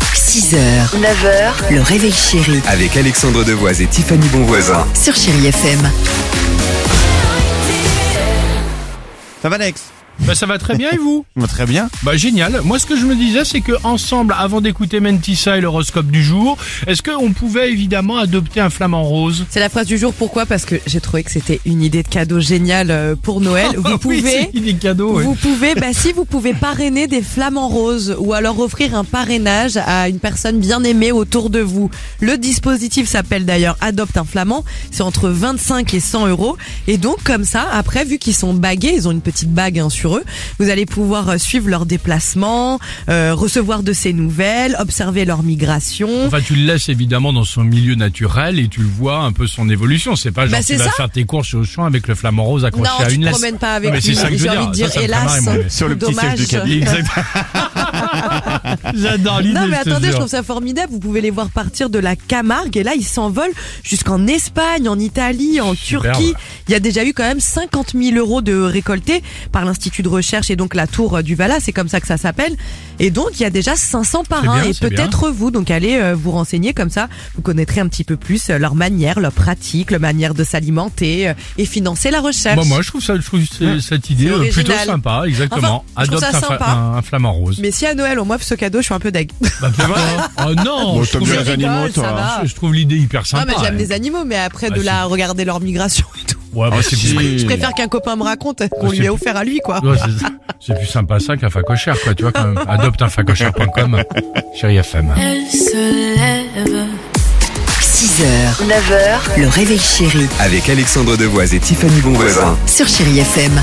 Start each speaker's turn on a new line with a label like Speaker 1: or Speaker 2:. Speaker 1: 6h, 9h, le réveil chéri
Speaker 2: Avec Alexandre Devoise et Tiffany Bonvoisin.
Speaker 1: sur Chéri FM.
Speaker 3: Ça va Alex
Speaker 4: Bah, ça va très bien et vous
Speaker 3: Bah, Très bien.
Speaker 4: Bah génial. Moi ce que je me disais c'est que ensemble avant d'écouter Mentissa et l'horoscope du jour, est-ce qu'on pouvait évidemment adopter un flamant rose
Speaker 5: C'est la phrase du jour. Pourquoi Parce que j'ai trouvé que c'était une idée de cadeau géniale euh, pour Noël.
Speaker 4: Ah
Speaker 5: Vous
Speaker 4: oui,
Speaker 5: pouvez,
Speaker 4: c'est une des cadeaux. ouais.
Speaker 5: vous pouvez, bah si vous pouvez parrainer des flamants roses ou alors offrir un parrainage à une personne bien aimée autour de vous. Le dispositif s'appelle d'ailleurs Adopte un flamand. C'est entre 25 et 100 euros. Et donc comme ça, après, vu qu'ils sont bagués, ils ont une petite bague hein, sur eux. Vous allez pouvoir euh, suivre leurs déplacements, euh, recevoir de ces nouvelles, observer leur migration.
Speaker 4: Enfin, tu le laisses évidemment dans son milieu naturel et tu le vois un peu son évolution. C'est pas genre
Speaker 5: Bah,
Speaker 4: tu
Speaker 5: c'est
Speaker 4: vas
Speaker 5: ça.
Speaker 4: faire tes courses au champ avec le flamant rose accroché
Speaker 5: Non,
Speaker 4: à
Speaker 5: tu
Speaker 4: une
Speaker 5: te
Speaker 4: laisse.
Speaker 5: promènes pas avec
Speaker 4: Mais c'est
Speaker 5: lui.
Speaker 4: ça que je
Speaker 5: J'ai
Speaker 4: veux
Speaker 5: envie de
Speaker 4: dire.
Speaker 5: dire,
Speaker 4: Ça, ça me fait
Speaker 5: hélas. hein.
Speaker 4: marrer, moi, mais-
Speaker 3: Sur le petit siège
Speaker 5: Dommage.
Speaker 3: du caddie.
Speaker 4: Exactement. J'adore l'idée.
Speaker 5: Non mais
Speaker 4: je te
Speaker 5: attendez, je
Speaker 4: jure.
Speaker 5: trouve ça formidable. Vous pouvez les voir partir de la Camargue et là ils s'envolent jusqu'en Espagne, en Italie, en
Speaker 4: Superbe.
Speaker 5: Turquie. Il y a déjà eu quand même 50 000 euros de récoltés par l'institut de recherche et donc la tour du Vala, c'est comme ça que ça s'appelle. Et donc il y a déjà 500 parrains
Speaker 4: bien,
Speaker 5: et
Speaker 4: c'est
Speaker 5: peut-être vous. Donc allez euh, vous renseigner comme ça, vous connaîtrez un petit peu plus euh, leur manière, leur pratique, leur manière de s'alimenter euh, et financer la recherche.
Speaker 4: Bah, Moi, moi, je trouve ça, je trouve c'est- cette idée euh, plutôt
Speaker 5: original.
Speaker 4: sympa, exactement.
Speaker 5: Enfin, je trouve
Speaker 4: Adopte
Speaker 5: ça
Speaker 4: un, fra-
Speaker 5: sympa.
Speaker 4: un- un flamant rose.
Speaker 5: Mais si à Noël on m'offre ce cadeau, je suis un peu deg.
Speaker 4: Bah, oh non,
Speaker 3: Bon,
Speaker 4: je
Speaker 3: t'aimes
Speaker 4: trouve
Speaker 3: bien
Speaker 4: la-
Speaker 3: les
Speaker 5: rigole,
Speaker 3: animaux,
Speaker 5: ça
Speaker 3: toi. hein.
Speaker 5: va.
Speaker 4: Je trouve l'idée hyper sympa. hein.
Speaker 5: Ah mais j'aime
Speaker 4: ouais.
Speaker 5: les animaux, mais après de
Speaker 4: Bah,
Speaker 5: la regarder leur migration et tout.
Speaker 4: Ouais, bah, c'est
Speaker 3: Si.
Speaker 4: plus...
Speaker 5: Je préfère qu'un copain me raconte qu'on lui a offert à lui, quoi.
Speaker 4: Ouais, c'est- c'est plus sympa ça qu'un facochère, quoi, tu vois, quand même. Adopte un facochère.com, chérie FM.
Speaker 6: elle se lève.
Speaker 1: 6h, 9h, le réveil chéri
Speaker 2: Avec Alexandre Devoise et Tiffany Bonvoisin.
Speaker 1: sur Chéri FM.